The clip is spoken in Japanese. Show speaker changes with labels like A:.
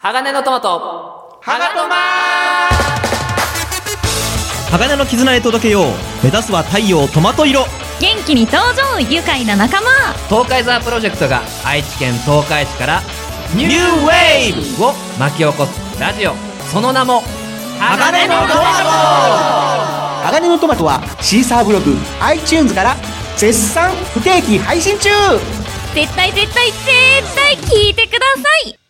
A: 鋼のトマト。鋼トマ
B: 鋼の絆へ届けよう目指すは太陽トマト色
C: 元気に登場愉快な仲間
A: 東海ザープロジェクトが愛知県東海市からニューウェーブを巻き起こすラジオ。その名も、鋼のトマト
D: 鋼のトマトはシーサーブログ iTunes から絶賛不定期配信中
C: 絶対絶対絶対聞いてください